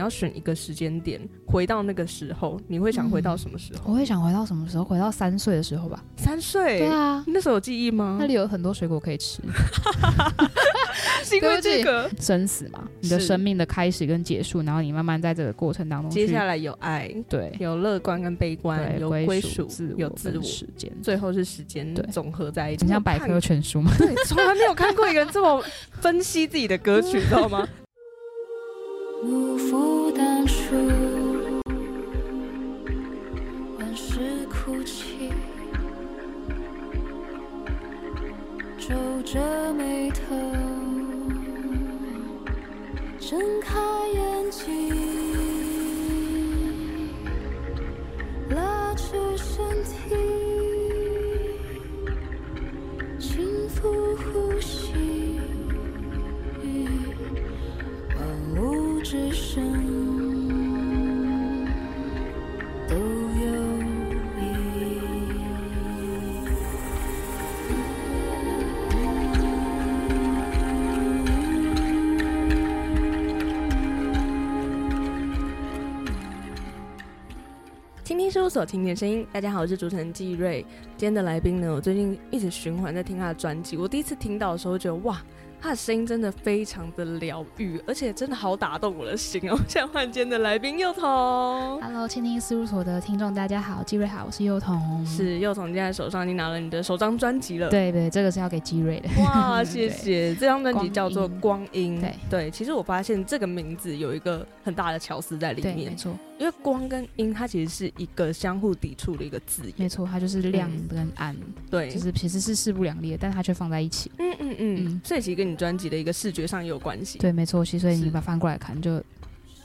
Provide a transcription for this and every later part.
要选一个时间点回到那个时候，你会想回到什么时候？嗯我会想回到什么时候？回到三岁的时候吧。三岁，对啊，你那时候有记忆吗？那里有很多水果可以 吃，是因为这个。生死嘛，你的是生命的开始跟结束，然后你慢慢在这个过程当中接去下来有爱，对有乐观跟悲观，对有归属，自我有自跟我，时间，最后是时间对总合在一起，很像百我看科 全书嘛。对，从来没有看过一个人这么分析自己的歌 曲，你知道吗？无负当初，万事哭泣，皱着眉头，睁开眼睛，拉直身体，轻抚呼吸。万物之生都有意义。听听事务所，听你的声音。大家好，我是主持人季瑞。今天的来宾呢，我最近一直循环在听他的专辑。我第一次听到的时候，觉得哇，他的声音真的非常的疗愈，而且真的好打动我的心哦。 现在换今天的来宾幼童， Hello，倾听事务所的听众，大家好，季瑞好，我是幼童。，是幼童，现在手上已经拿了你的首张专辑了。。对对，这个是要给季瑞的。哇，谢谢！这张专辑叫做《光阴》，对其实我发现这个名字有一个很大的巧思在里对，面没，错，因为光跟音它其实是一个相互抵触的一个字没眼，错，它就是亮跟暗，对，就是其实是势不两立的，但它却放在一起。嗯嗯嗯嗯，所以其实跟你专辑的一个视觉上也有关系。对，没错，其实所以是你把它翻过来看，就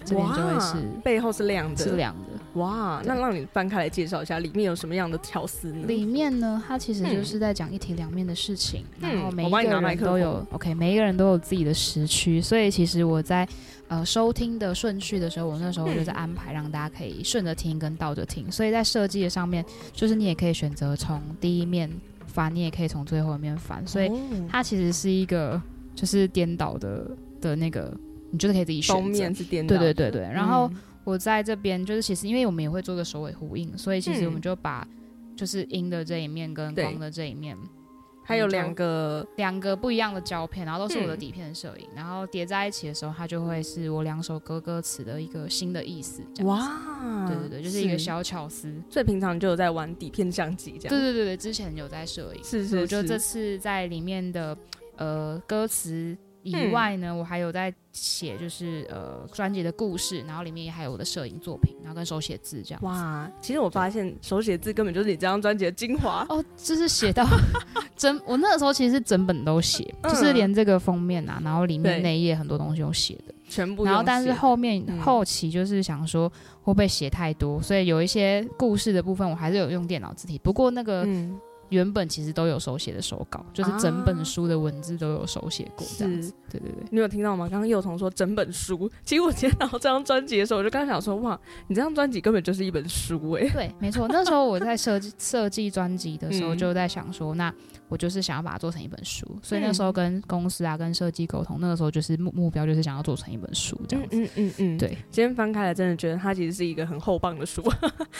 这边就会是背后是亮的，是亮的。哇，对那让你翻开来介绍一下，里面有什么样的巧思呢？里面呢，它其实就是在讲一体两面的事情，嗯然后每一我帮你拿个麦人克风都有 OK，每一个人都有自己的时区，所以其实我在呃收听的顺序的时候，我那时候嗯就在安排让大家可以顺着听跟倒着听，所以在设计的上面，就是你也可以选择从第一面翻，你也可以从最后一面翻，所以哦它其实是一个就是颠倒的的那个，你就是可以自己选封择。面是颠倒对的，对对对，然后嗯我在这边就是其实因为我们也会做个首尾呼应，所以其实嗯我们就把就是阴的这一面跟对光的这一面还有两个两个不一样的胶片，然后都是我的嗯底片摄影，然后叠在一起的时候，它就会是我两首歌歌词的一个新的意思。这样子，哇，嗯对对对，就是一个。小巧思。所以平常就有在玩底片相机这样，对对对对，之前有在摄影，是所以是，我就是这次在里面的呃歌词嗯以外呢，我还有在写就是呃专辑的故事，然后里面也还有我的摄影作品，然后跟手写字这样子。哇，其实我发现手写字根本就是你这张专辑的精华，哦，就是写 到整，我那个时候其实是整本都写，嗯就是连这个封面啊，然后里对面内页很多东西都写的。全部用然后但是写后面嗯后期就是想说会不会写太多，所以有一些故事的部分我还是有用电脑字体，不过那个嗯原本其实都有手写的手稿，就是整啊本书的文字都有手写过这样是子。对对对。你有听到吗？刚刚幼童说整本书，其实我今天拿到这张专辑的时候，我就刚想说，哇，你这张专辑根本就是一本书哎、对，没错。那时候我在设计设计专辑的时候，嗯就在想说，那我就是想要把它做成一本书。所以那嗯时候跟公司啊、跟设计沟通，那个时候就是目目标就是想要做成一本书这样子。嗯嗯嗯对，今天翻开来，真的觉得它其实是一个很厚棒的书，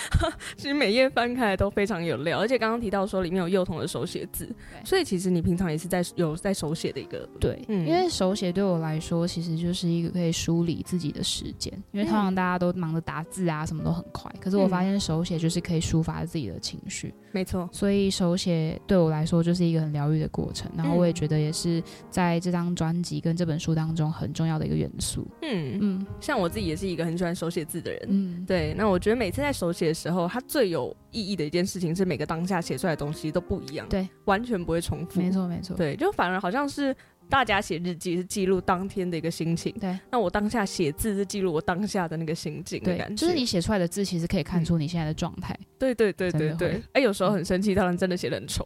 其实每页翻开来都非常有料，而且刚刚提到说里面有幼童的手写字，对所以其实你平常也是在有在手写的一个，对，嗯因为手写对我来说，其实就是一个可以梳理自己的时间。因为通常大家都忙着打字啊，什么都很快，可是我嗯发现手写就是可以抒发自己的情绪，没错，所以手写对我来说就是一个很疗愈的过程。然后我也嗯觉得也是在这张专辑跟这本书当中很重要的一个元素。嗯，嗯像我自己也是一个很喜欢手写字的人。嗯，对，那我觉得每次在手写的时候，它最有意义的一件事情是每个当下写出来的东西都不一样，对，完全不会重复。没错没错，对，就反而好像是大家写日记是记录当天的一个心情，对那我当下写字是记录我当下的那个心境的感觉。对，嗯就是你，写出来的字，其实可以看出你现在的状 态， 对对对对真的对会。嗯哎、有时候很生气，当然真的写的很丑。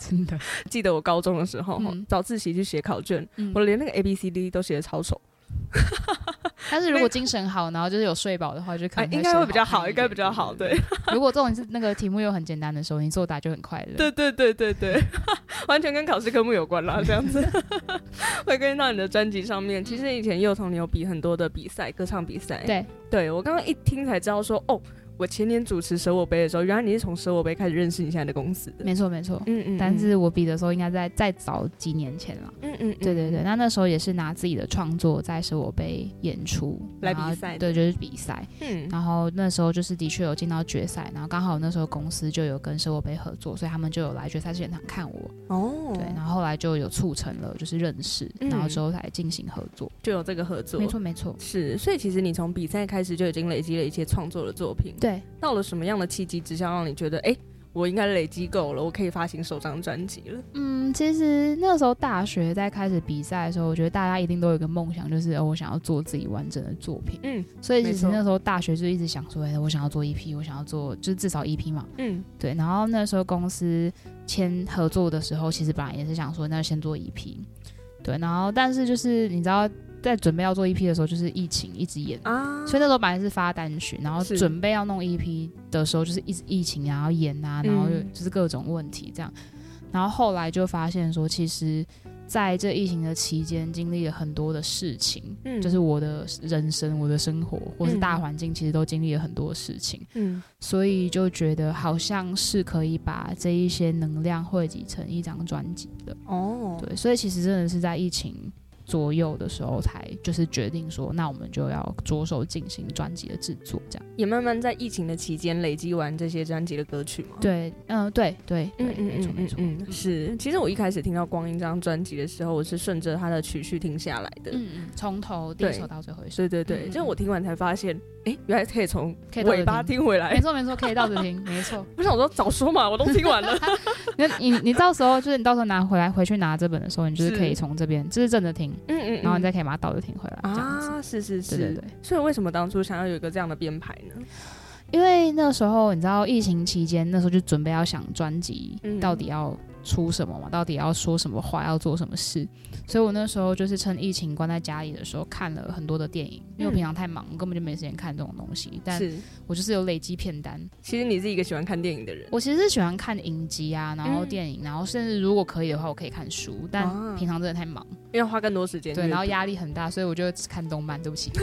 真的。记得我高中的时候，嗯早自习去写考卷，嗯我连那个 A B C D 都写的超丑。但是如果精神好，然后就是有睡饱的话，就可哎、能应该会比较好好，看一应该点比较好。对，如果这种是那个题目又很简单的时候，你作 答就很快 乐。对对对对对，完全跟考试科目有关啦，这样子。回归到你的专辑上嗯面，其实以前幼童你有比很多的比赛，歌唱比赛。对，对我刚刚一听才知道说，哦，我前年主持舍我杯的时候，原来你是从舍我杯开始认识你现在的公司的。没错没错。嗯嗯但是我比的时候应该在再早几年前了。嗯嗯，对对对，那那时候也是拿自己的创作在是我被演出来比然后赛的对，就是比赛。嗯，然后那时候就是的确有进到决赛，然后刚好那时候公司就有跟生活杯合作，所以他们就有来决赛现场看我。哦，对，然后后来就有促成了就是认识，嗯然后之后才进行合作。就有这个合作，没错没错，是，所以其实你从比赛开始就已经累积了一些创作的作品。对。到了什么样的契机之下，让你觉得，哎、我应该累积够了，我可以发行首张专辑了？嗯，其实那时候大学在开始比赛的时候，我觉得大家一定都有一个梦想，就是、哦、我想要做自己完整的作品。嗯所以没其实错那时候大学就一直想说，哎、我想要做 EP，我想要做就是至少 EP 嘛。嗯对，然后那时候公司签合作的时候，其实本来也是想说，那先做 EP。对，然后但是就是你知道，在准备要做 EP 的时候，就是疫情一直延，啊，所以那时候本来是发单曲，然后是准备要弄 EP 的时候，就是一直疫情，然后延啊，然后就嗯就是各种问题这样。然后后来就发现说，其实在这疫情的期间，经历了很多的事情，嗯就是我的人生、我的生活或是嗯大环境，其实都经历了很多事情。嗯所以就觉得好像是可以把这一些能量汇集成一张专辑的。哦，对，所以其实真的是在疫情左右的时候，才就是决定说，那我们就要着手进行专辑的制作，这样。也慢慢在疫情的期间累积完这些专辑的歌曲嘛。对，嗯、对对对，嗯嗯没错嗯没嗯错。嗯，是。其实我一开始听到《光阴》这张专辑的时候，我是顺着它的曲序听下来的。嗯嗯，从头第一首到最后一首，对对对，嗯嗯就是我听完才发现，哎、原来可以从可以倒着尾巴听听回来没。错没错，可以倒着听，没错。我想说，早说嘛，我都听完 了。那你你到时候就是你到时候拿回来回去拿这本的时候，你就是是可以从这边就是正着听，嗯嗯，然后你再可以把它倒着听回来，这样子。啊，是是是，对对对。所以为什么当初想要有一个这样的编排呢？因为那时候你知道疫情期间，那时候就准备要想专辑嗯到底要出什么嘛，到底要说什么话，要做什么事，所以我那时候就是趁疫情关在家里的时候，看了很多的电影，因为我嗯平常太忙，根本就没时间看这种东西。但是，我就是有累积片单，其实你是一个喜欢看电影的人，我其实是喜欢看影集啊，然后嗯电影，然后甚至如果可以的话，我可以看书，但啊平常真的太忙。因为要花更多时间阅读。对，然后压力很大，所以我就只看动漫，对不起。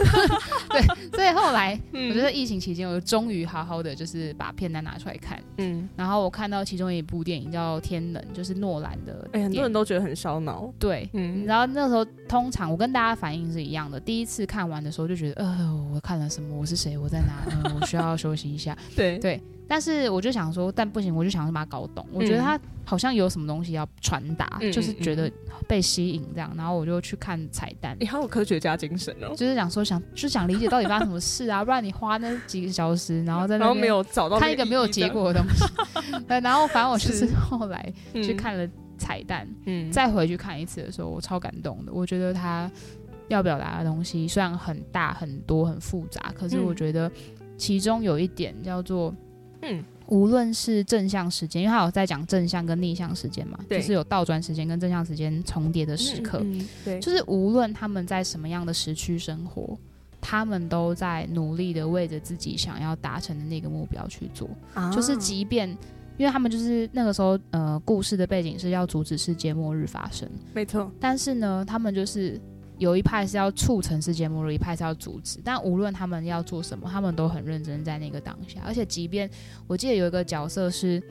对，所以后来嗯我觉得疫情期间，我终于好好的就是把片单拿出来看，嗯，然后我看到其中一部电影叫《天能》，就是诺兰的哎、电影。很多人都觉得很烧脑。对。你嗯知，道那时候，通常我跟大家反应是一样的。第一次看完的时候就觉得，呃，我看了什么？我是谁？我在 哪？呃、我需要休息一下。对对但是我就想说，但不行，我就想把它搞懂。我觉得它好像有什么东西要传达，嗯就是嗯哎觉得被吸引这样。然后我就去看彩蛋你、，好有科学家精神哦、就是想说想就想理解到底发生什么 事啊，不然你花那几个小时，然后在然那后没边有找到看那一个意义没有结果的东西。 对，然后反正我就是是后来这样，去看了彩蛋，嗯嗯，嗯，再回去看一次的时候，我超感动的。我觉得他要表达的东西虽然很大、很多、很复杂，可是嗯我觉得其中有一点叫做嗯。无论是正向时间，因为他有在讲正向跟逆向时间嘛，对就是有倒转时间跟正向时间重叠的时刻。嗯嗯对，就是无论他们在什么样的时区生活，他们都在努力的为着自己想要达成的那个目标去做。啊就是即便，因为他们就是那个时候，呃，故事的背景是要阻止世界末日发生，没错，但是呢，他们就是有一派是要促成世界末日，一派是要阻止。但无论他们要做什么，他们都很认真在那个当下。而且，即便我记得有一个角色是，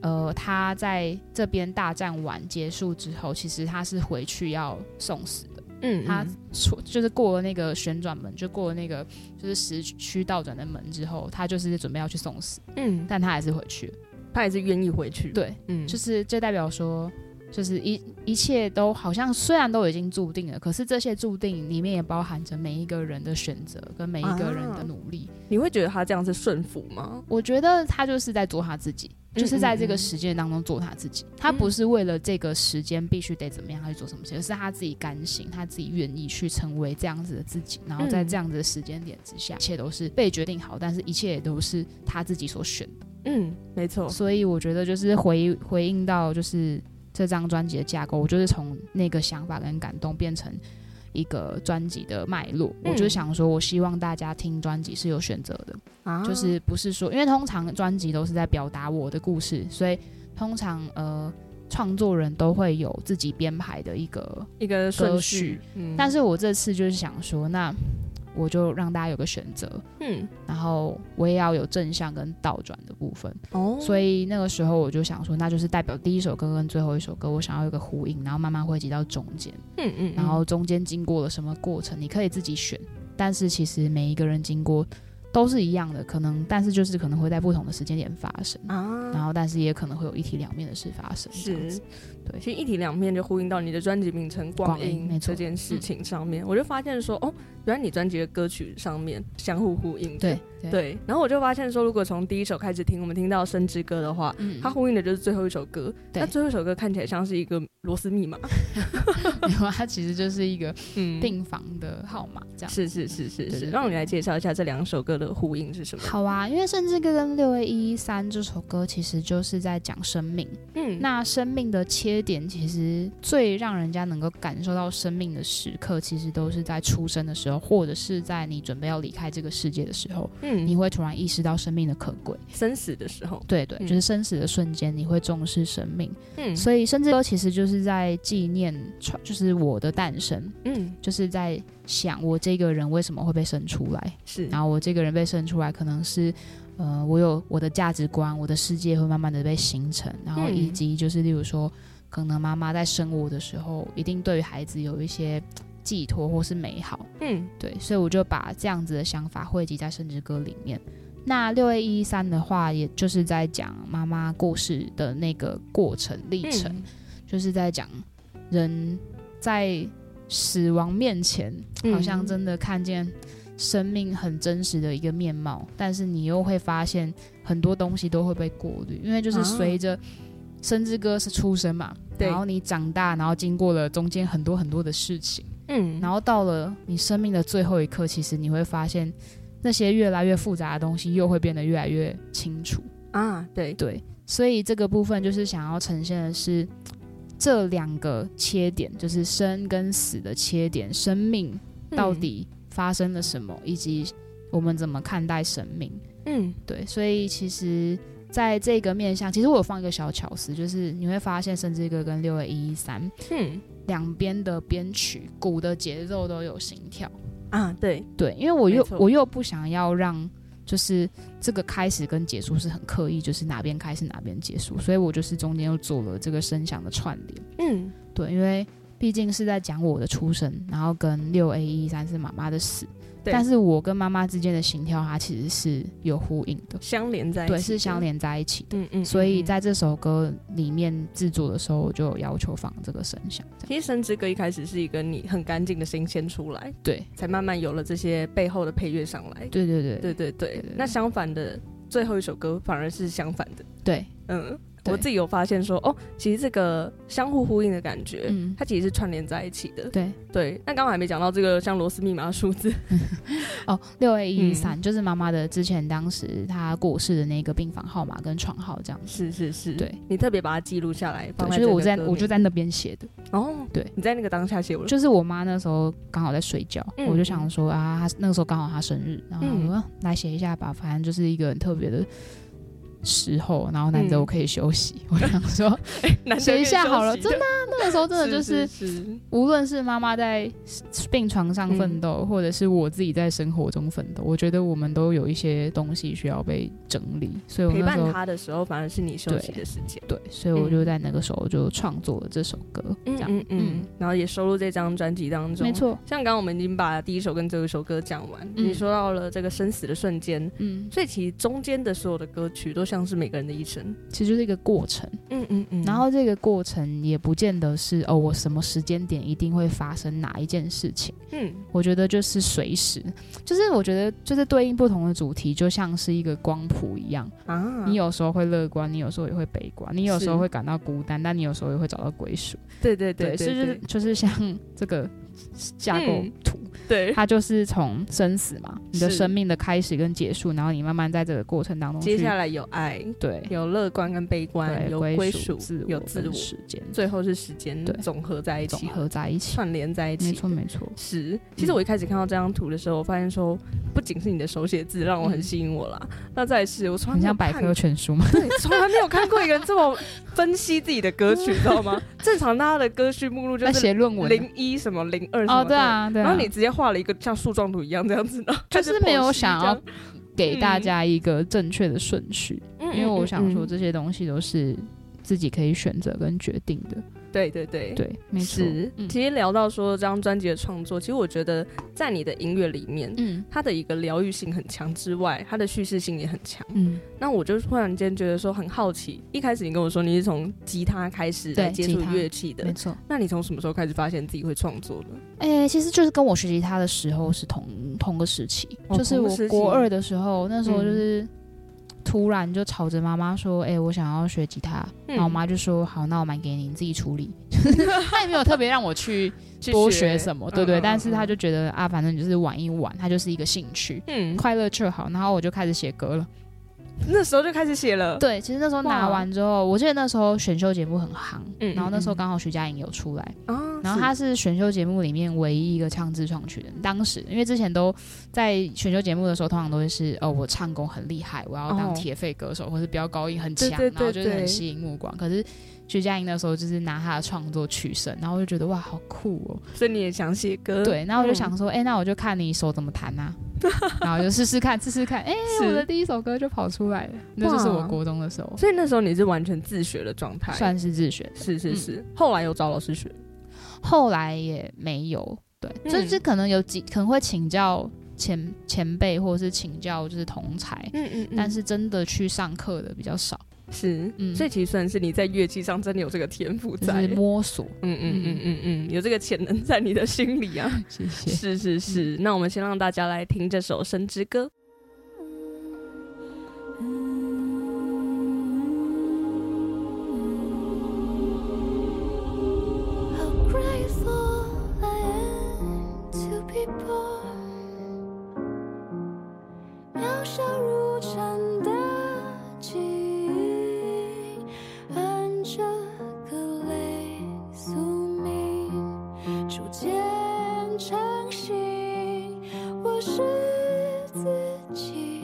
呃，他在这边大战完结束之后，其实他是回去要送死的。嗯，他嗯出就是过了那个旋转门，就过了那个就是时区倒转的门之后，他就是准备要去送死，嗯，但他还是回去了。他也是愿意回去，，对，嗯，就是是这代表说，就是一一切都好像虽然都已经注定了，可是这些注定里面也包含着每一个人的选择跟每一个人啊的努力。你会觉得他这样是顺服吗？我觉得他就是在做他自己，嗯就是在这个时间当中做他自己。他不是为了这个时间必须得怎么样，他去做什么事，而是他自己甘心，他自己愿意去成为这样子的自己。然后在嗯这样子的时间点之下，一切都是被决定好，但是一切也都是他自己所选的。嗯，没错，所以我觉得就是回回应到就是这张专辑的架构，我就是从那个想法跟感动变成一个专辑的脉络。嗯我就想说，我希望大家听专辑是有选择的，啊就是不是说，因为通常专辑都是在表达我的故事，所以通常呃。创作人都会有自己编排的一个一个顺歌序序，嗯但是我这次就是想说，那我就让大家有个选择，嗯然后我也要有正向跟倒转的部分。哦，所以以那个时候我就想说，那就是代表第一首歌跟最后一首歌，我想要有个呼应，然后慢慢汇集到中间，嗯嗯，然后中间经过了什么过程，你可以自己选。但是其实每一个人经过都是一样的，可能但是就是可能会在不同的时间点发生，啊，然后但是也可能会有一体两面的事发生。这样是子，对其实一体两面就呼应到你的专辑名称《光光阴阴没》错这嗯件事情上面，我就发现说，哦，原来你专辑的歌曲上面相互呼应。对对，对，然后我就发现说，如果从第一首开始听，我们听到《生之歌》的话，嗯它呼应的就是最后一首歌。对那最后一首歌看起来像是一个螺丝密码。然后 它其实就是一个嗯，订房的号码这样。是是是是对对是，对让你来介绍一下这两首歌的呼应是什么。好啊，因为《甚至歌》跟《六月一一三》这首歌其实就是在讲生命。嗯那生命的切点，其实最让人家能够感受到生命的时刻，其实都是在出生的时候，或者是在你准备要离开这个世界的时候，你嗯，会突然意识到生命的可贵。生死的时候，对对，嗯就是生死的瞬间，你会重视生命。嗯所以，甚至歌其实就是在纪念创，就是我的诞生，嗯就是在想我这个人为什么会被生出来。是然后我这个人被生出来，可能是呃，我有我的价值观，我的世界会慢慢的被形成，然后嗯以及就是例如说，可能妈妈在生我的时候，一定对于孩子有一些寄托或是美好，嗯对，所以我就把这样子的想法汇集在生之歌里面。那六月一三的话，也就是在讲妈妈过世的那个过程历程，嗯就是在讲人在死亡面前，嗯好像真的看见生命很真实的一个面貌，但是你又会发现很多东西都会被过滤，因为就是随着生之歌是出生嘛，啊对然后你长大，然后经过了中间很多很多的事情，嗯，然后到了你生命的最后一刻，其实你会发现那些越来越复杂的东西又会变得越来越清楚。啊对，对，所以这个部分就是想要呈现的是这两个切点，就是生跟死的切点，生命嗯到底发生了什么，以及我们怎么看待生命。嗯对，所以其实在这个面向，其实我有放一个小巧思，就是你会发现，甚至一个跟六二一一三嗯两边的编曲鼓的节奏都有心跳。啊对，对，因为我没又错我又不想要让就是这个开始跟结束是很刻意，就是哪边开始哪边结束，所以我就是中间又做了这个声响的串联。嗯对，因为毕竟是在讲我的出生，然后跟六 A 一三是妈妈的死，对但是我跟妈妈之间的心跳它其实是有呼应的，相连在一对，起是的相，连在一起的。嗯嗯，所以嗯在这首歌里面制作的时候，我就有要求放这个声响，这样其实《生之歌》一开始是一个你很干净的声音先出来，对，才慢慢有了这些背后的配乐上来。对对对对对对对对，那相反的，最后一首歌反而是相反的。对，嗯，对我自己有发现说，哦，其实这个相互呼应的感觉，嗯它其实是串联在一起的。对。对，那刚刚还没讲到这个像螺丝密码的数字。哦，六 A 嗯一三就是妈妈的之前当时她过世的那个病房号码跟床号这样子。是是是，对，你特别把它记录下来，对嗯放，在就是我在这个歌我就名在那边写的，哦，对你在那个当下写我，就是我妈那时候刚好在睡觉，嗯我就想说啊，她那个时候刚好她生日，然后我说、来写一下吧，反正就是一个很特别的时候，然后难得嗯我可以休息， 我想说 难得写可以一下休好了息真的那个时候真的就是是是无论是妈妈在病床上嗯奋斗，或者是我自己在生活中奋斗，我觉得我们都有一些东西需要被整理，所以我陪那时伴嗯候他的时候，反而是你休息对的时间。对，所以我就在那个时候就创作了这首歌，这嗯样，嗯嗯，然后也收录这张专辑当中。没错，像刚刚我们已经把第一首跟最后一首歌讲完，嗯你说到了这个生死的瞬间，嗯，所以其实中间的所有的歌曲都像是每个人的一生。其实就是一个过程，嗯嗯嗯然后这个过程也不见得是哦，我什么时间点一定会发生哪一件事情，嗯我觉得就是随时，就是我觉得就是对应不同的主题，就像是一个光谱一样，啊，你有时候会乐观，你有时候也会悲观，你有时候是会感到孤单，但你有时候也会找到归属，对对对所以就是对就是像这个架构嗯图，对，它就是从生死嘛，你的是生命的开始跟结束，然后你慢慢在这个过程当中去接下来有爱，对有乐观跟悲观，对有归归属、自有我自跟我，时间最后是时间对总合在一总起，合在一起。串联在一没起。错，嗯没错。是，其实我一开始看到这张图的时候，我发现说，不仅是你的手写字让我很嗯吸引我啦，那再来是我从来很没有像百看科全书嘛，对，从来没有看过一个人这么分析自己的歌 曲，你知道吗？正常大家的歌曲目录 就在是写论文零一什么零二什么哦，的对，啊，对啊。然后你直接画了一个像树状图一样这样子的，就开是始没有剖析想这要样，给大嗯家一个正确的顺序，嗯因为我嗯想说嗯这些东西都是自己可以选择跟决定的。对对对。对，没错。是，嗯其实聊到说这张专辑的创作，其实我觉得在你的音乐里面，嗯它的一个疗愈性很强之外，它的叙事性也很强。嗯，那我就突然间觉得说很好奇，一开始你跟我说你是从吉他开始对来接吉触他乐器没的，错。那你从什么时候开始发现自己会创作呢？诶、其实就是跟我学吉他的时候是同同个时期，哦就是同个我时期国二的时候，那时候嗯就是突然就吵着妈妈说：“诶、我想要学吉他。嗯然后我妈就说：“好，那我买给你，你自己处理。” 她也没有特别让我去去多学什么，对对。嗯但是她嗯就觉得啊，反正你就是玩一玩，它就是一个兴趣。嗯，快乐就好，然后我就开始写歌了。那时候就开始写了。，对，其实那时候拿哇完之后，我记得那时候选秀节目很夯，嗯然后那时候嗯嗯刚好徐佳莹有出来，啊然后她是选秀节目里面唯一一个唱自创曲的人。当时因为之前都在选秀节目的时候，通常都会是哦，我唱功很厉害，我要哦当铁肺歌手，或是飙高音很强，对对然后就是对很吸引目光。可是徐佳莹那时候就是拿她的创作取胜，然后我就觉得哇，好酷哦。所以你也想写歌？，对，然后我就嗯想说，哎、那我就看你手怎么弹 啊，然后就试试看，试试看，哎、是我的第一首歌就跑出来了，那就是我国中的时候，所以那时候你是完全自学的状态。算是自学，是是嗯是，后来有找老师学。后来也没有，对，嗯就是可能有几可能会请教前前辈，或者是请教就是同才，嗯嗯但是真的去上课的比较少，是，嗯所以其实算是你在乐器上真的有这个天赋就在。是嗯摸索。嗯嗯嗯嗯，有这个潜能在你的心里啊。谢谢。嗯是是是，那我们先让大家来听这首《神之歌》。 How grateful I am to be born。渺小如蝉的记忆，按这个类宿命，逐渐成型。我是自己。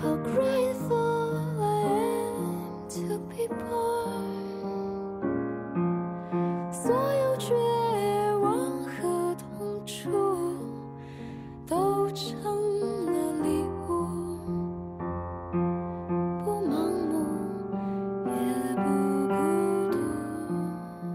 How grateful I am to be born。所有绝望和痛楚都成了礼物，不盲目也不孤独。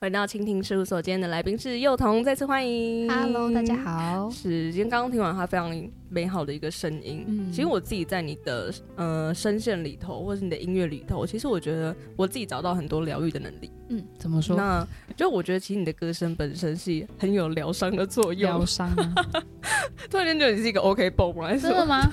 回到蜻蜓事务所，今天的来宾是幼童，再次欢迎。 Hello，大家。好。是，今天刚刚听完他非常美好的一个声音。嗯其实我自己在你的呃声线里头，或是你的音乐里头，其实我觉得我自己找到很多疗愈的能力。嗯，怎么说？那就我觉得，其实你的歌声本身是很有疗伤的作疗用。伤啊？突然间觉得你是一个 OK 蹦吗？还是真什的么？吗？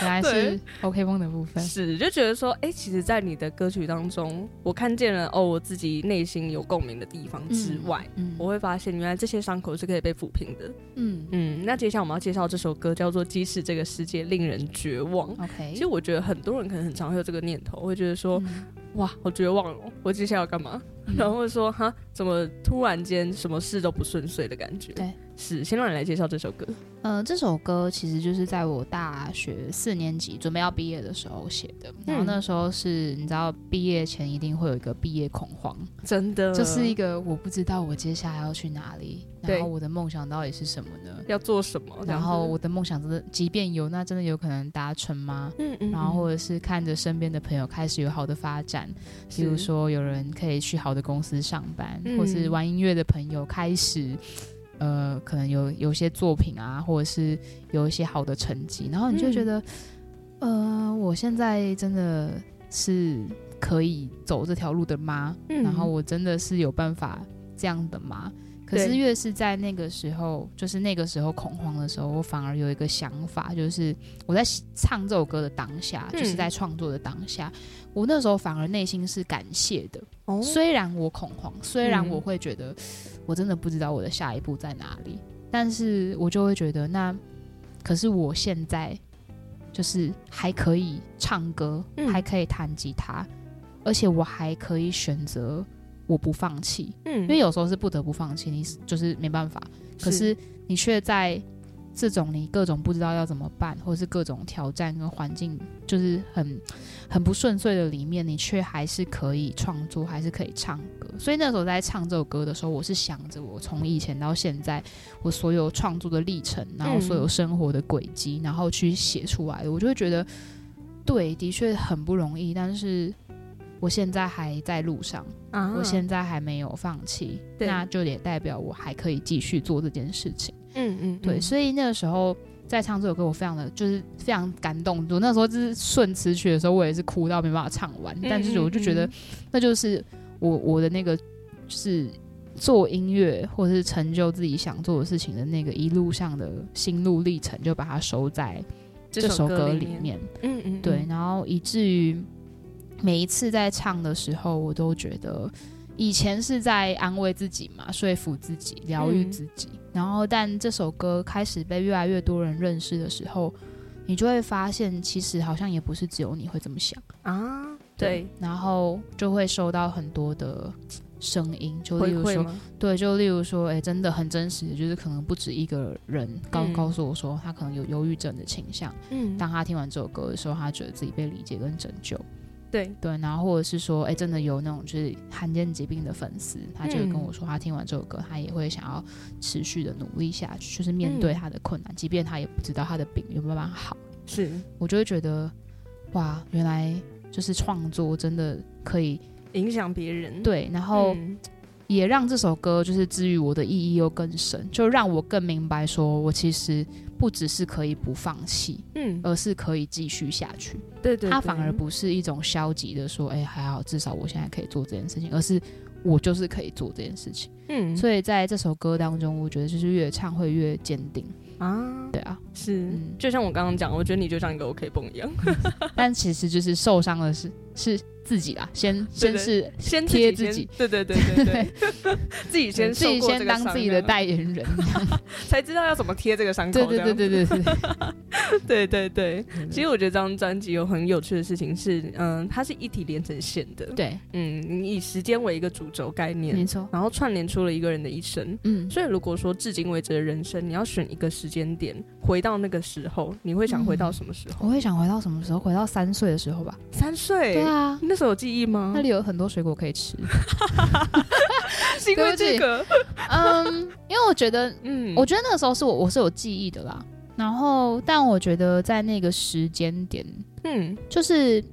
原来 对是 OK 风的部分。是，就觉得说，哎、其实，在你的歌曲当中，我看见了哦，我自己内心有共鸣的地方之外，嗯我会发现原来这些伤口是可以被抚平的。嗯嗯，那接下来我们要介绍这首歌，叫做《即使这个世界令人绝望》。 ，OK。其实我觉得很多人可能很常会有这个念头，会觉得说，嗯哇，好绝望哦，我接下来要干嘛？然后会说哈，怎么突然间什么事都不顺遂的感觉？对，是先让你来介绍这首歌。呃，这首歌其实就是在我大学四年级准备要毕业的时候写的。然嗯后那时候是你知道，毕业前一定会有一个毕业恐慌，真的，就是一个我不知道我接下来要去哪里，对然后我的梦想到底是什么呢？要做什么，然后我嗯我的梦想真的，即便有，那真的有可能达成吗？嗯嗯然后或者是看着身边的朋友开始有好的发展，比如，说有人可以去好的公司上班，嗯或是玩音乐的朋友开始，呃，可能有有些作品啊，或者是有一些好的成绩，然后你就嗯觉得，呃，我现在真的是可以走这条路的吗？嗯然后我真的是有办法这样的吗？可是对越是在那个时候，就是那个时候恐慌的时候，我反而有一个想法，就是我在唱这首歌的当下，嗯就是在创作的当下，我那时候反而内心是感谢的。哦虽然我恐慌，虽然嗯我会觉得我真的不知道我的下一步在哪里，但是我就会觉得那可是我现在就是还可以唱歌，嗯还可以弹吉他，而且我还可以选择我不放弃，嗯因为有时候是不得不放弃，你是就是没办法，可是你却在这种你各种不知道要怎么办，或是各种挑战跟环境，就是很很不顺遂的里面，你却还是可以创作，还是可以唱歌。所以那时候在唱这首歌的时候，我是想着我从以前到现在我所有创作的历程，然后嗯所有生活的轨迹，然后去写出来的，我就会觉得，对，的确很不容易，但是。我现在还在路上，啊我现在还没有放弃，对那就也代表我还可以继续做这件事情。嗯嗯对，所以那个时候在唱这首歌，我非常的就是非常感动。我那时候就是顺词曲的时候，我也是哭到没办法唱完，嗯但是嗯我就觉得嗯那就是我我的那个就是做音乐或者是成就自己想做的事情的那个一路上的心路历程，就把它收在这首歌里，面。嗯嗯嗯对，然后以至于每一次在唱的时候，我都觉得以前是在安慰自己嘛，说服自己，疗愈嗯自己。然后，但这首歌开始被越来越多人认识的时候，你就会发现，其实好像也不是只有你会这么想。啊，对，，然后就会收到很多的。声音，就例回如馈说，吗？对，就例如说，哎、真的很真实，就是可能不止一个人告、嗯告诉我说，他可能有忧郁症的倾向，嗯，当他听完这首歌的时候，他觉得自己被理解跟拯救，对，对，然后或者是说，哎、真的有那种就是罕见疾病的粉丝，他就会跟嗯我说，他听完这首歌，他也会想要持续的努力下去，就是面对嗯他的困难，即便他也不知道他的病有没有办法好，是，我就会觉得，哇，原来就是创作真的可以影响别人，对，然后嗯，也让这首歌就是治愈我的意义又更深，就让我更明白说我其实不只是可以不放弃，嗯，而是可以继续下去。对对，它反对而不是一种消极的说，哎、还好，至少我现在可以做这件事情，而是我就是可以做这件事情。嗯，所以在这首歌当中，我觉得就是越唱会越坚定，啊，对 啊。是嗯，就像我刚刚讲，我觉得你就像一个 OK 绷一样， 但其实就是受伤的是是自己啦，先先对是呃先贴自自己嗯己先，对对对对对， 自己先自己受过先这个当伤自己的这样，代言人，才知道要怎么贴这个伤口对这对样，对对对 对对对对对。对嗯其实我觉得这张专辑有很有趣的事情是，嗯，它是一体连成线的，对，嗯，以时间为一个主轴概没念，错，然后串联出了一个人的一生。嗯，所以如果说至今为止的人生，你要选一个时间点回到那个时候，你会想回嗯到什么时候？我会想回到什么时候？回到三岁的时候吧。三岁，对啊。你那时候有记忆吗那？里有很多水果可以吃， 是因为这个，嗯，因为我觉得嗯，我觉得那个时候是我我是有记忆的啦。然后，但我觉得在那个时间点，嗯就是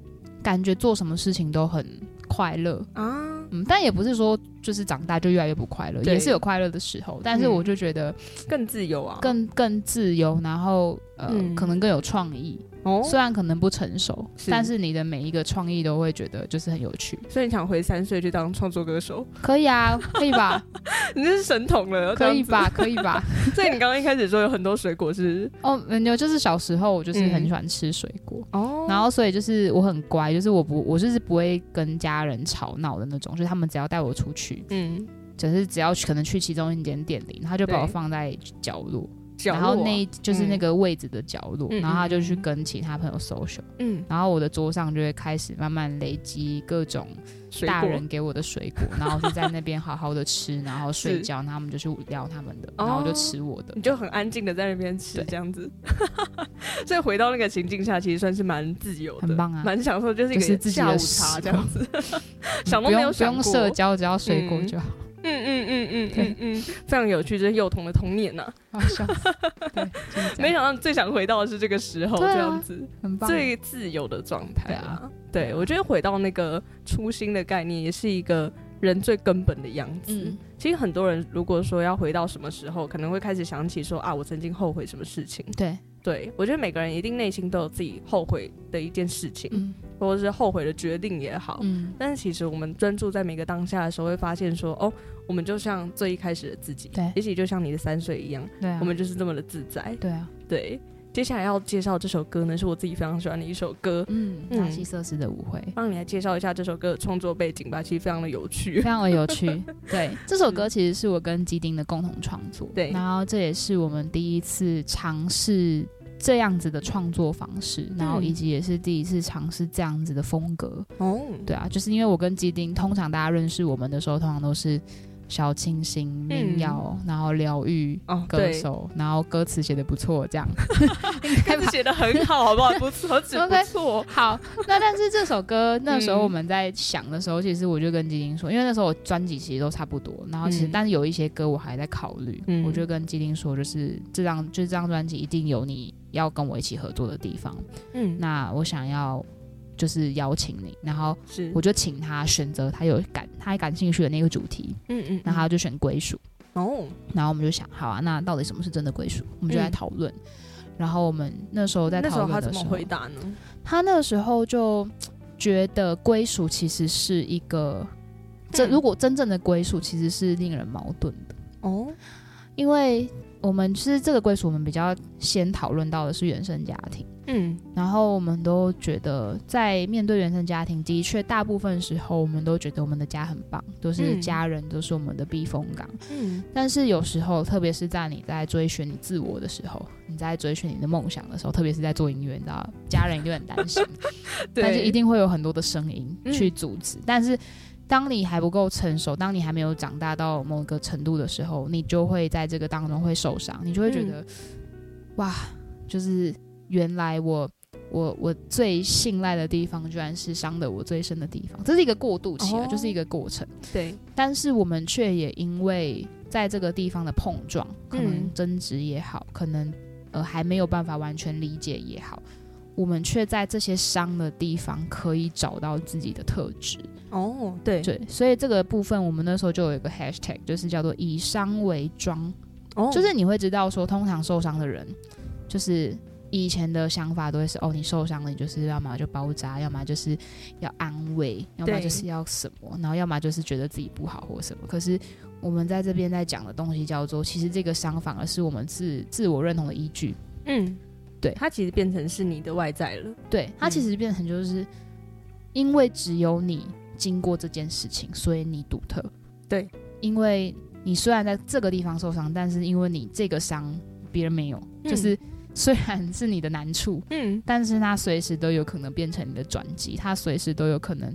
感觉做什么事情都很快乐。啊，嗯，但也不是说就是长大就越来越不快乐，对也是有快乐的时候。但是嗯我就觉得更自由啊，更更自由，然后呃，嗯可能更有创意。哦，虽然可能不成熟，是但是你的每一个创意都会觉得就是很有趣。所以你想回三岁去当创作歌手， 可以啊， 可以吧？你这是神童了，可以这样吧？可以吧？子？所以你刚刚一开始说有很多水果 是哦，没有，就是小时候我就是很嗯喜欢吃水果。哦然后所以就是我很乖，就是我不我就是不会跟家人吵闹的那种，就是他们只要带我出去，嗯，只是只要去可能去其中一间店里，然后他就把对我放在角落，角落然啊后那一就是那嗯个位置的角落，嗯然后他就去嗯嗯跟其他朋友 social，嗯，然后我的桌上就会开始慢慢累积各种水大果人给我的水果，然后我就在那边好好的吃，然后睡是觉，然后他们就去聊他们的，哦然后我就吃我的，你就很安静的在那边吃对这样子， 所以回到那个情境下，其实算是蛮自由的，很棒啊蛮享受，就是一就是个自己下的午茶时这样子， 想都不没有用不想用过。社交，只要水果嗯就好。嗯嗯嗯嗯嗯嗯，非常有趣，这是幼童的童年呐、好笑 死，对，就是这没样，想到最想回到的是这个时候，对啊这样子、很棒。最自由的状态对啦啊对，我觉得回到那个初心的概念，也是一个人最根本的样子。嗯其实很多人如果说要回到什么时候，可能会开始想起说啊，我曾经后悔什么事情。对，对我觉得每个人一定内心都有自己后悔的一件事情，嗯或者是后悔的决定也好。嗯，但是其实我们专注在每个当下的时候，会发现说，哦，我们就像最一开始的自己，对也许就像你的三岁一样，对啊，我们就是这么的自在。对啊，对，接下来要介绍这首歌呢，是我自己非常喜欢的一首歌。嗯，嗯纳西瑟斯的舞 会。帮你来介绍一下这首歌的创作背景吧，其实非常的有趣非。常的有 趣。对，这首歌其实是我跟基丁的共同创作，对然后这也是我们第一次尝试这样子的创作方式，然后以及也是第一次尝试这样子的风格。哦，对啊，就是因为我跟基丁，通常大家认识我们的时候，通常都是。小清新、民谣，然后疗愈哦歌手，然后歌词写的不错，这样 应该歌吧词写的很好，好不 好？不错，只不 OK 错。好， 那但是这首歌那时候嗯我们在想的时候，其实我就跟基丁说，因为那时候我专辑其实都差不多，然后其实、嗯但是有一些歌我还在考虑，嗯我就跟基丁说，就是这张就是这张专辑一定有你要跟我一起合作的地方，嗯，那我想要就是邀请你，然后是我，就请他选择他有感他感兴趣的那个主题，嗯嗯，然后他就选归属。哦，然后我们就想，好啊，那到底什么是真的归属？我们就在嗯讨论。然后我们那时候在那时讨候论他的怎时么候，回答呢？他那个时候就觉得归属其实是一个，这嗯如果真正的归属其实是令人矛盾的，哦，因为我们其实这个归属，我们比较先讨论到的是原生家庭，嗯，然后我们都觉得在面对原生家庭，的确大部分时候我们都觉得我们的家很棒，都是嗯家人，都是我们的避风港，嗯，但是有时候，特别是在你在追寻你自我的时候，你在追寻你的梦想的时候，特别是在做音乐，你知道，家人一定很担心，对，但是一定会有很多的声音嗯去阻止。但是当你还不够成熟，当你还没有长大到某个程度的时候，你就会在这个当中会受伤，你就会觉嗯得，哇，就是原来我。我我最信赖的地方，居然是伤得我最深的地方，这是一个过渡期啊，哦就是一个过程。对，但是我们却也因为在这个地方的碰撞，可能争执也好，可能呃还没有办法完全理解也好，我们却在这些伤的地方可以找到自己的特质。哦，对，对，所以这个部分我们那时候就有一个 hashtag，就是叫做以伤为装，哦，就是你会知道说，通常受伤的人就是。以前的想法都会是哦，你受伤了，你就是要么就包扎，要么就是要安慰，要么对就是要什么，然后要么就是觉得自己不好或什么。可是我们在这边在讲的东西叫做，其实这个伤反而是我们自自我认同的依据。嗯，对它其实变成是你的外在了。对，它嗯其实变成就是，因为只有你经过这件事情，所以你独特。对，因为你虽然在这个地方受伤，但是因为你这个伤别人没有，嗯就是虽然是你的难处，嗯，但是它随时都有可能变成你的转机，它随时都有可能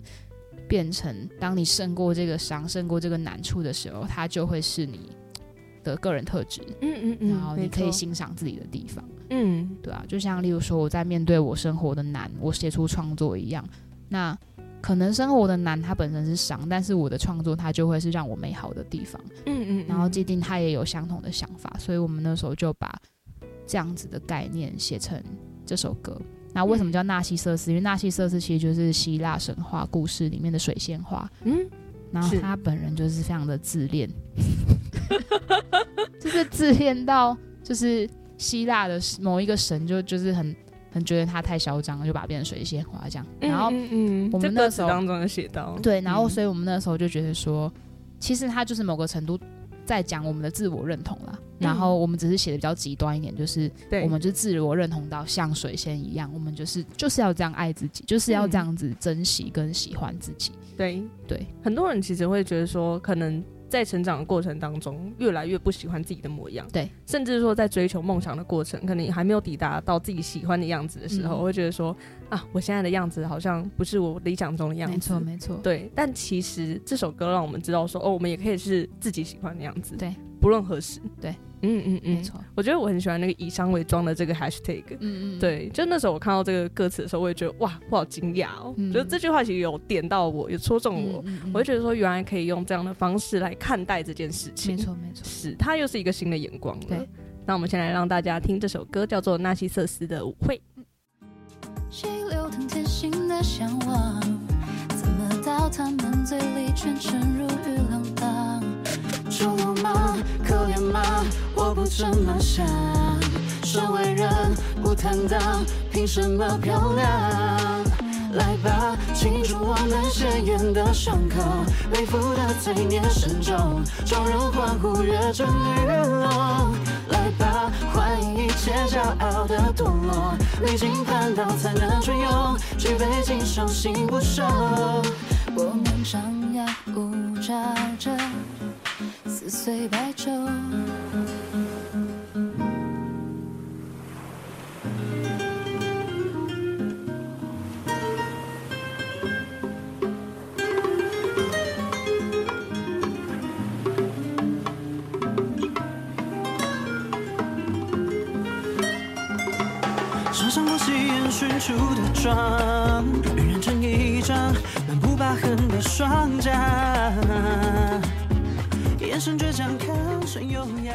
变成，当你胜过这个伤、胜过这个难处的时候，它就会是你的个人特质，嗯嗯嗯，然后你没可以错，欣赏自己的地方。嗯对啊，就像例如说我在面对我生活的难，我写出创作一样，那可能生活的难它本身是伤，但是我的创作它就会是让我美好的地方。嗯嗯，然后嗯基丁他也有相同的想法，所以我们那时候就把这样子的概念写成这首歌。那为什么叫纳西瑟斯？因为纳西瑟斯其实就是希腊神话故事里面的水仙花，嗯，然后是他本人就是非常的自恋， 就是自恋到就是希腊的某一个神就就是很很觉得他太嚣张了，就把它变成水仙花这样。然后、嗯嗯嗯我们这那歌词时候当中有写到，对，然后嗯所以我们那时候就觉得说，其实他就是某个程度在讲我们的自我认同啦。然后我们只是写的比较极端一点，就是嗯对，我们就自我认同到像水仙一样，我们就是就是要这样爱自己，就是要嗯这样子珍惜跟喜欢自己。对对，很多人其实会觉得说，可能在成长的过程当中，越来越不喜欢自己的模样，对，甚至说在追求梦想的过程，可能你还没有抵达到自己喜欢的样子的时候，嗯会觉得说啊，我现在的样子好像不是我理想中的样子，没错没错，对，但其实这首歌让我们知道说，哦，我们也可以是自己喜欢的样子，对，不论何时，对，嗯嗯没嗯，错，我觉得我很喜欢那个以商为装的这个 hashtag，嗯嗯，对，就那时候我看到这个歌词的时候，我也觉得哇，我好惊讶哦，嗯觉得这句话其实有点到我，有戳中我，嗯，我就觉觉得说原来可以用这样的方式来看待这件事没情，，错没错，是它又是一个新的眼光了对。那我们先来让大家听这首歌，叫做《纳西瑟斯的舞会》。谁流淌天性的向往？怎么到他们嘴里全沉入于浪荡？中路吗？可怜吗？我不这么想。身为人不坦荡，凭什么漂亮？来吧，庆祝我们鲜艳的伤口，背负的罪孽深重，众人欢呼越震越浪。来吧，欢迎一切骄傲的堕落，历经叛道才能隽永，举杯敬赏心不朽。我们张牙舞爪着撕碎白昼。上上过吸烟熏出的妆，与人成一张满不疤痕的双颊，眼神倔强，看神优雅。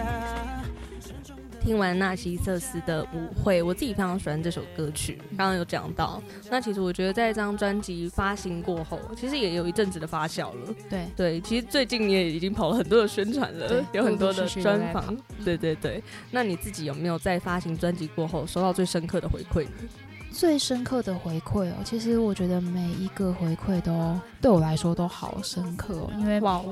听完纳西瑟斯的《舞会》，我自己非常喜欢这首歌曲。嗯刚刚有讲到，那其实我觉得在这张专辑发行过后，其实也有一阵子的发酵了。对，对，其实最近你也已经跑了很多的宣传了对，有很多陆的陆续续专有在访。对对对，那你自己有没有在发行专辑过后收到最深刻的回馈呢？最深刻的回馈哦，其实我觉得每一个回馈都对我来说都好深刻哦，因为哇哦，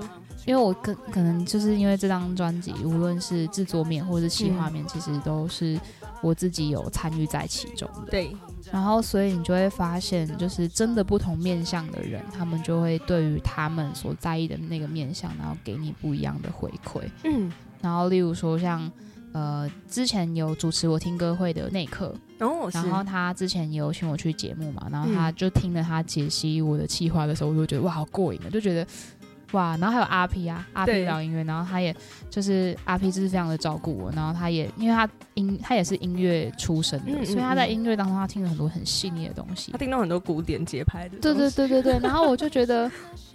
因为我可可能就是因为这张专辑，无论是制作面或是企划嗯面，其实都是我自己有参与在其中的。对，然后，所以你就会发现，就是真的不同面向的人，他们就会对于他们所在意的那个面向，然后给你不一样的回馈。嗯，然后，例如说像呃，之前有主持我听歌会的那一刻，然后我是嗯然后他之前也有请我去节目嘛，然后他就听了他解析我的企划的时候，我就觉得哇，好过瘾啊，就觉得哇，然后还有阿 P 啊，阿 P 对聊音乐，然后他也就是阿 P 就是非常的照顾我，然后他也因为他音他也是音乐出身的，嗯嗯所以他在嗯音乐当中他听了很多很细腻的东西他。听到很多古典节拍的，对对，对对对，然后我就 觉得，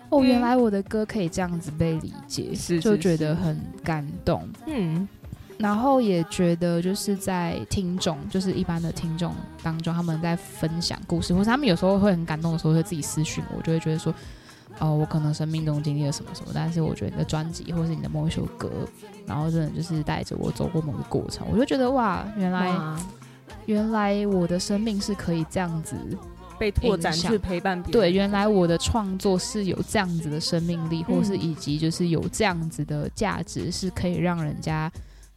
哦，原来我的歌可以这样子被理解，是就是觉得是很感动。嗯，然后也觉得就是在听众，就是一般的听众当中，他们在分享故事，或是他们有时候会很感动的时候，会自己私讯我，我就会觉得说，哦，我可能生命中经历了什么什么，但是我觉得你的专辑或是你的某一首歌，然后真的就是带着我走过某个过程，我就觉得哇，原 来哇，原来我的生命是可以这样子，被拓展影响去陪伴别人，对，原来我的创作是有这样子的生命力，或是嗯以及就是有这样子的价值，是可以让人家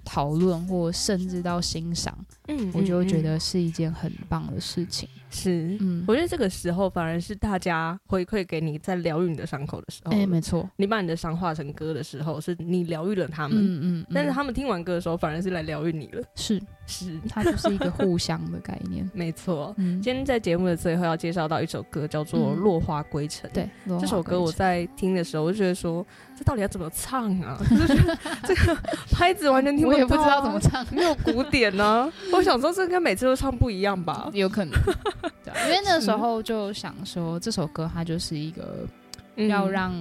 讨论或甚至到欣赏。嗯，嗯，我就会觉嗯得是一件很棒的事情。是。嗯，我觉得这个时候反而是大家回馈给你在疗愈你的伤口的时候，哎、没错，你把你的伤化成歌的时候，是你疗愈了他们，嗯嗯，嗯但是他们听完歌的时候，反而是来疗愈你了。是是，。它就是一个互相的概 念没错。嗯，今天在节目的最后要介绍到一首歌，叫做《嗯落花归程》。对，罗这马首歌我规则在听的时候，我就觉得说，这到底要怎么唱 啊？就是这个拍子完全听我也不到知啊道怎么，唱，没有鼓点 呢、我想说，这应该每次都唱不一样吧？有可能， 对啊因为那时候就想说，这首歌它就是一个嗯要让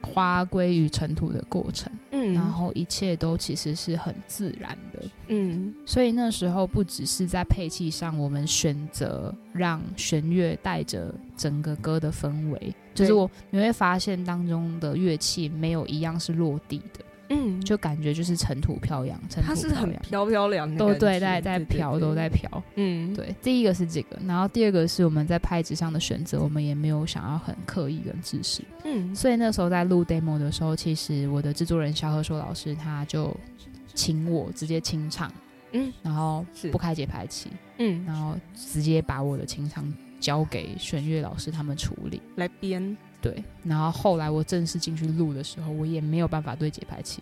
花归于尘土的过程，嗯然后一切都其实是很自然的。嗯所以那时候不只是在配器上，我们选择让弦乐带着整个歌的氛围，就是我你会发现当中的乐器没有一样是落地的，嗯，就感觉就是尘土飘扬，尘它土是飘很扬，飘飘凉的感都觉，对，在在对飘，都在，飘。对嗯，对，第一个是这个，然后第二个是我们在拍子上的选择，我们也没有想要很刻意跟自私。嗯所以那时候在录 demo 的时候，其实我的制作人肖和硕老师他就请我直接清唱，嗯然后是不开节拍器。嗯，然后直接把我的情商交给弦乐老师他们处理。来编，对，然后后来我正式进去录的时候，我也没有办法对节拍器。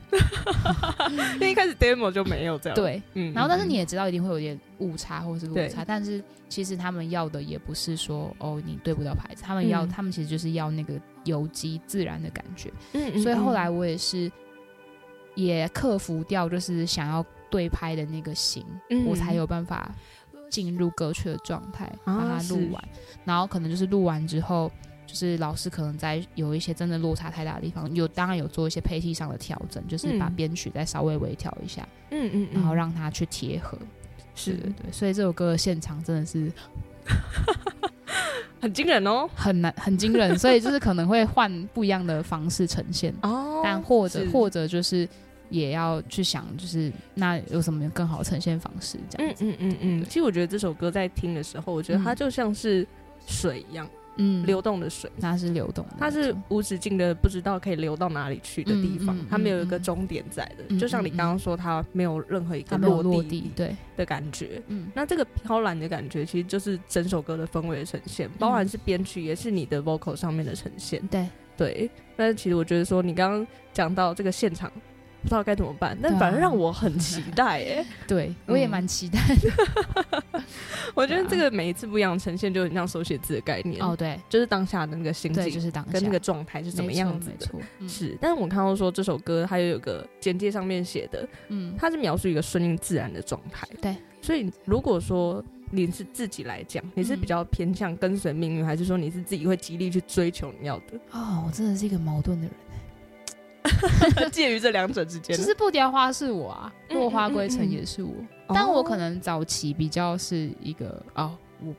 因为一开始 demo 就没有这样。，对，嗯然后但是嗯你也知道一定会有点误差或是对落差，但是其实他们要的也不是说哦你对不到牌子，他们要、嗯他们其实就是要那个游击自然的感觉。嗯嗯所以后嗯来我也是也克服掉就是想要对拍的那个心，嗯我才有办法进入歌曲的状态，把啊它录是完。然后可能就是录完之后，就是老师可能在有一些真的落差太大的地方，有当然有做一些配器上的调整，就是把嗯编曲再稍微微调一下，嗯嗯，嗯然后让嗯它去贴合。对是对对，所以这首歌的现场真的是很惊人哦。很难很惊人，所以就是可能会换不一样的方式呈现。哦但或者是或者就是也要去想，就是那有什么更好的呈现方式这样嗯子。嗯嗯嗯，对其实我觉得这首歌在听的时候，我觉得它嗯就像是水一样、嗯，流动的水，它是流动的那它种，是无止境的，不知道可以流到哪里去的地方，嗯嗯嗯它没有一个嗯终点在的。嗯就像嗯你嗯刚刚说，它没有任何一个它没有落地地，对，的感觉。嗯那这个飘然的感觉，其实就是整首歌的氛围的呈现，包含是编曲，也是你的 vocal 上面的呈现。嗯对，对，那其实我觉得说，你刚刚讲到这个现场，不知道该怎么办，但对啊反而让我很期待耶、对，我也嗯蛮期待我觉得对啊这个每一次不一样的呈现，就很像手写字的概念，哦，对就是当下的那个心对，境就是当下跟那个状态是怎么没错样子没的。错，嗯是，但是我看到说这首歌，它有一个简介上面写的，嗯，它是描述一个顺应自然的状态。对，所以如果说你是自己来讲，你是比较偏向跟随命嗯运，还是说你是自己会极力去追求你要 的？哦，我真的是一个矛盾的人，介于这两者之间就呢，是不雕花是我啊，嗯落花嗯嗯归嗯尘也是我，但我可哦能早期比较是一个哦，我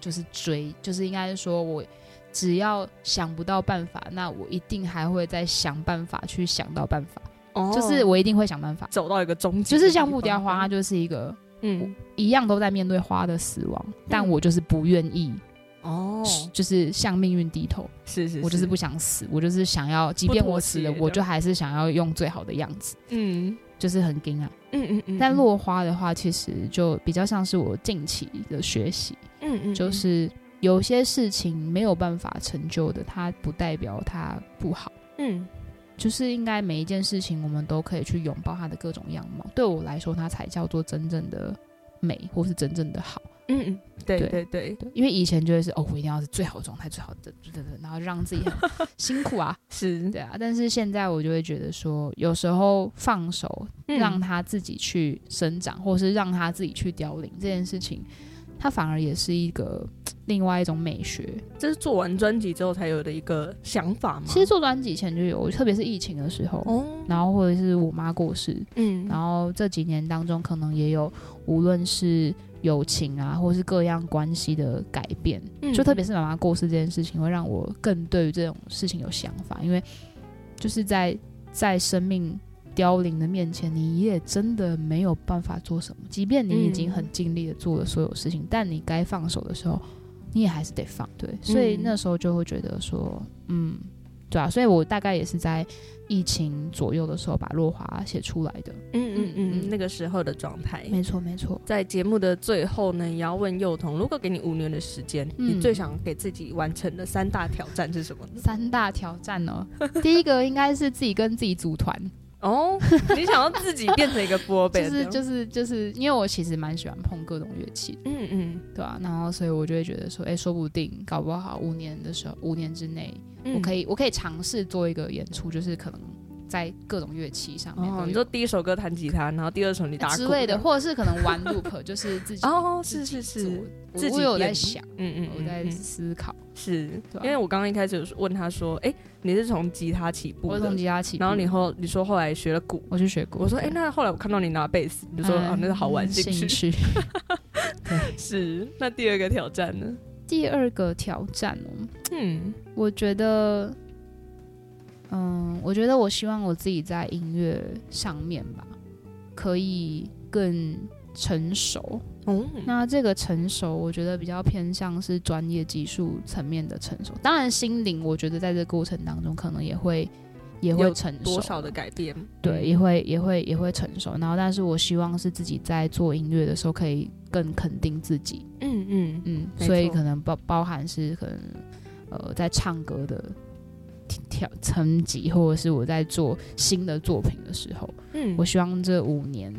就是追，就是应该是说我只要想不到办法，那我一定还会再想办法去想到办法，哦就是我一定会想办法。走到一个终极就的地方，是像木雕花，它就是一个嗯，一样都在面对花的死亡，但我就是不愿意，哦，就是向命运低头。是是，我就是不想死，我就是想要，即便我死了不妥，协我就还是想要用最好的样子，嗯就是很硬啊。嗯嗯嗯，但落花的话，其实就比较像是我近期的学习，嗯嗯嗯就是有些事情没有办法成就的，它不代表它不好，嗯就是应该每一件事情我们都可以去拥抱它的各种样貌。对我来说，它才叫做真正的美，或是真正的好。嗯嗯，对对对对，对，因为以前就会是哦，我一定要是最好的状态，最好的，对对对，然后让自己很 辛苦啊，是对啊。但是现在我就会觉得说，有时候放手，嗯让他自己去生长，或是让他自己去凋零这件事情，它反而也是一个另外一种美学。这是做完专辑之后才有的一个想法吗？其实做专辑以前就有，特别是疫情的时候，嗯哦，然后或者是我妈过世，嗯，然后这几年当中可能也有，无论是友情啊，或是各样关系的改变，嗯就特别是妈妈过世这件事情，会让我更对于这种事情有想法，因为就是在在生命凋零的面前，你也真的没有办法做什么，即便你已经嗯很尽力的做了所有事情，但你该放手的时候，你也还是得放，对，所以嗯那时候就会觉得说，嗯，对啊，所以我大概也是在疫情左右的时候把落华写出来的，嗯嗯嗯嗯那个时候的状态，没错没错，在节目的最后呢，也要问幼童，如果给你五年的时间，嗯你最想给自己完成的三大挑战是什么呢？三大挑战 哦，第一个应该是自己跟自己组团，哦， 你想要自己变 成一个波贝就啊这是样，就是就是因为我其实蛮喜欢碰各种乐器的，嗯嗯对啊，然后所以我就会觉得说，哎、说不定搞不好五年的时候，五年之内，嗯，我可以。以我可以尝试做一个演出，就是可能在各种乐器上面哦，都你有、说第一首歌弹吉他，然后第二首你打鼓之类的，。或者是可能 玩 loop，就是自己哦，是自是己是做，自己我我有在演想，嗯嗯，我在嗯嗯思考，是对啊因为我刚刚一开始有问他说，哎，你是从吉他起步我的从，吉他起步，然后你后你说后来学了鼓，我去学嗯过，我说哎，对那后来我看到你拿贝斯，你就说嗯啊，那是好玩兴 趣。趣。 对，是，那第二个挑战呢？第二个挑战哦，嗯我觉得，嗯，我觉得我希望我自己在音乐上面吧，可以更成熟。哦，那这个成熟，我觉得比较偏向是专业技术层面的成熟。当然，心灵我觉得在这个过程当中，可能也会也会有成熟多少的嗯啦改变？对，也会也会也会成熟。然后，但是我希望是自己在做音乐的时候，可以更肯定自己。嗯嗯嗯，没所以错可能包包含是可能呃在唱歌的跳层级，或者是我在做新的作品的时候，嗯我希望这五年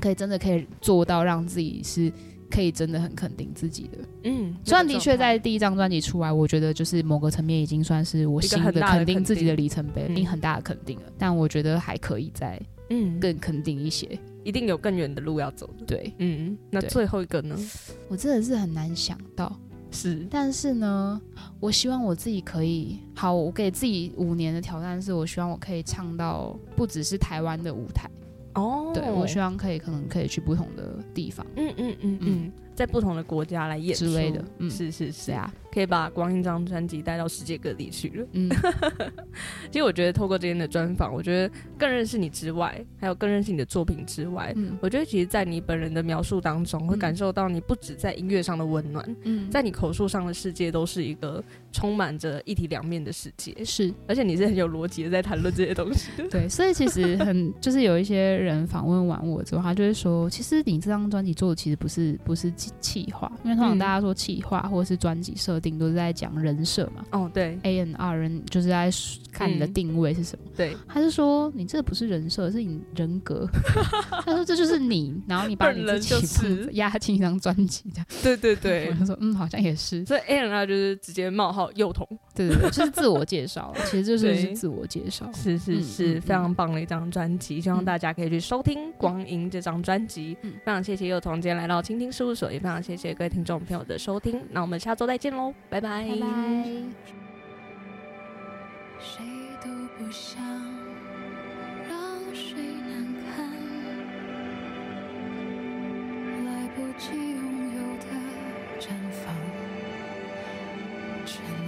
可以真的可以做到让自己是可以真的很肯定自己的。嗯，虽然的确在第一张专辑出来，我觉得就是某个层面已经算是我新一个很大的肯定嗯自己的里程碑，肯定已经很大的肯定了。但我觉得还可以再嗯更更肯定一些。一定有更远的路要走。对嗯，那对最后一个呢？我真的是很难想到，是但是呢，我希望我自己可以好。我给自己五年的挑战是，我希望我可以唱到不只是台湾的舞台，哦，对我希望可以可能可以去不同的地方。嗯嗯嗯嗯，在不同的国家来演之类的出嗯是是是是，啊，可以把光一张专辑带到世界各地去了。嗯，其实我觉得透过今天的专访，我觉得更认识你之外，还有更认识你的作品之外， 嗯我觉得其实，在你本人的描述当中，会嗯感受到你不止在音乐上的温暖，嗯，在你口述上的世界都是一个充满着一体两面的世界， 是而且你是很有逻辑的在谈论这些东西的。对，所以其实 很就是有一些人访问完我之后，他就会说，其实你这张专辑做的其实不是不是企企划，因为通常嗯大家说企划或者是专辑设定都是在讲人设嘛 哦，对，A N R 人就是在看你的嗯定位是什么。对，他就说你这不是人设，是你人格。他说这就是你，然后你把你自己本人就是放压进一张专辑这样。对对对我。就说嗯，好像也是， 所以 A N R 就是直接冒号幼童，对对对，就是自我介绍，其实就是对是自我介绍。是是嗯是，嗯非常棒的一张专辑，希望大家可以去收听《光阴》这张专辑。嗯非常谢谢幼童今天来到倾听事务所，也非常谢谢各位听众朋友的收听。那我们下周再见喽，拜拜。拜拜。谁都不想让谁难堪，来不及拥有的绽放，沉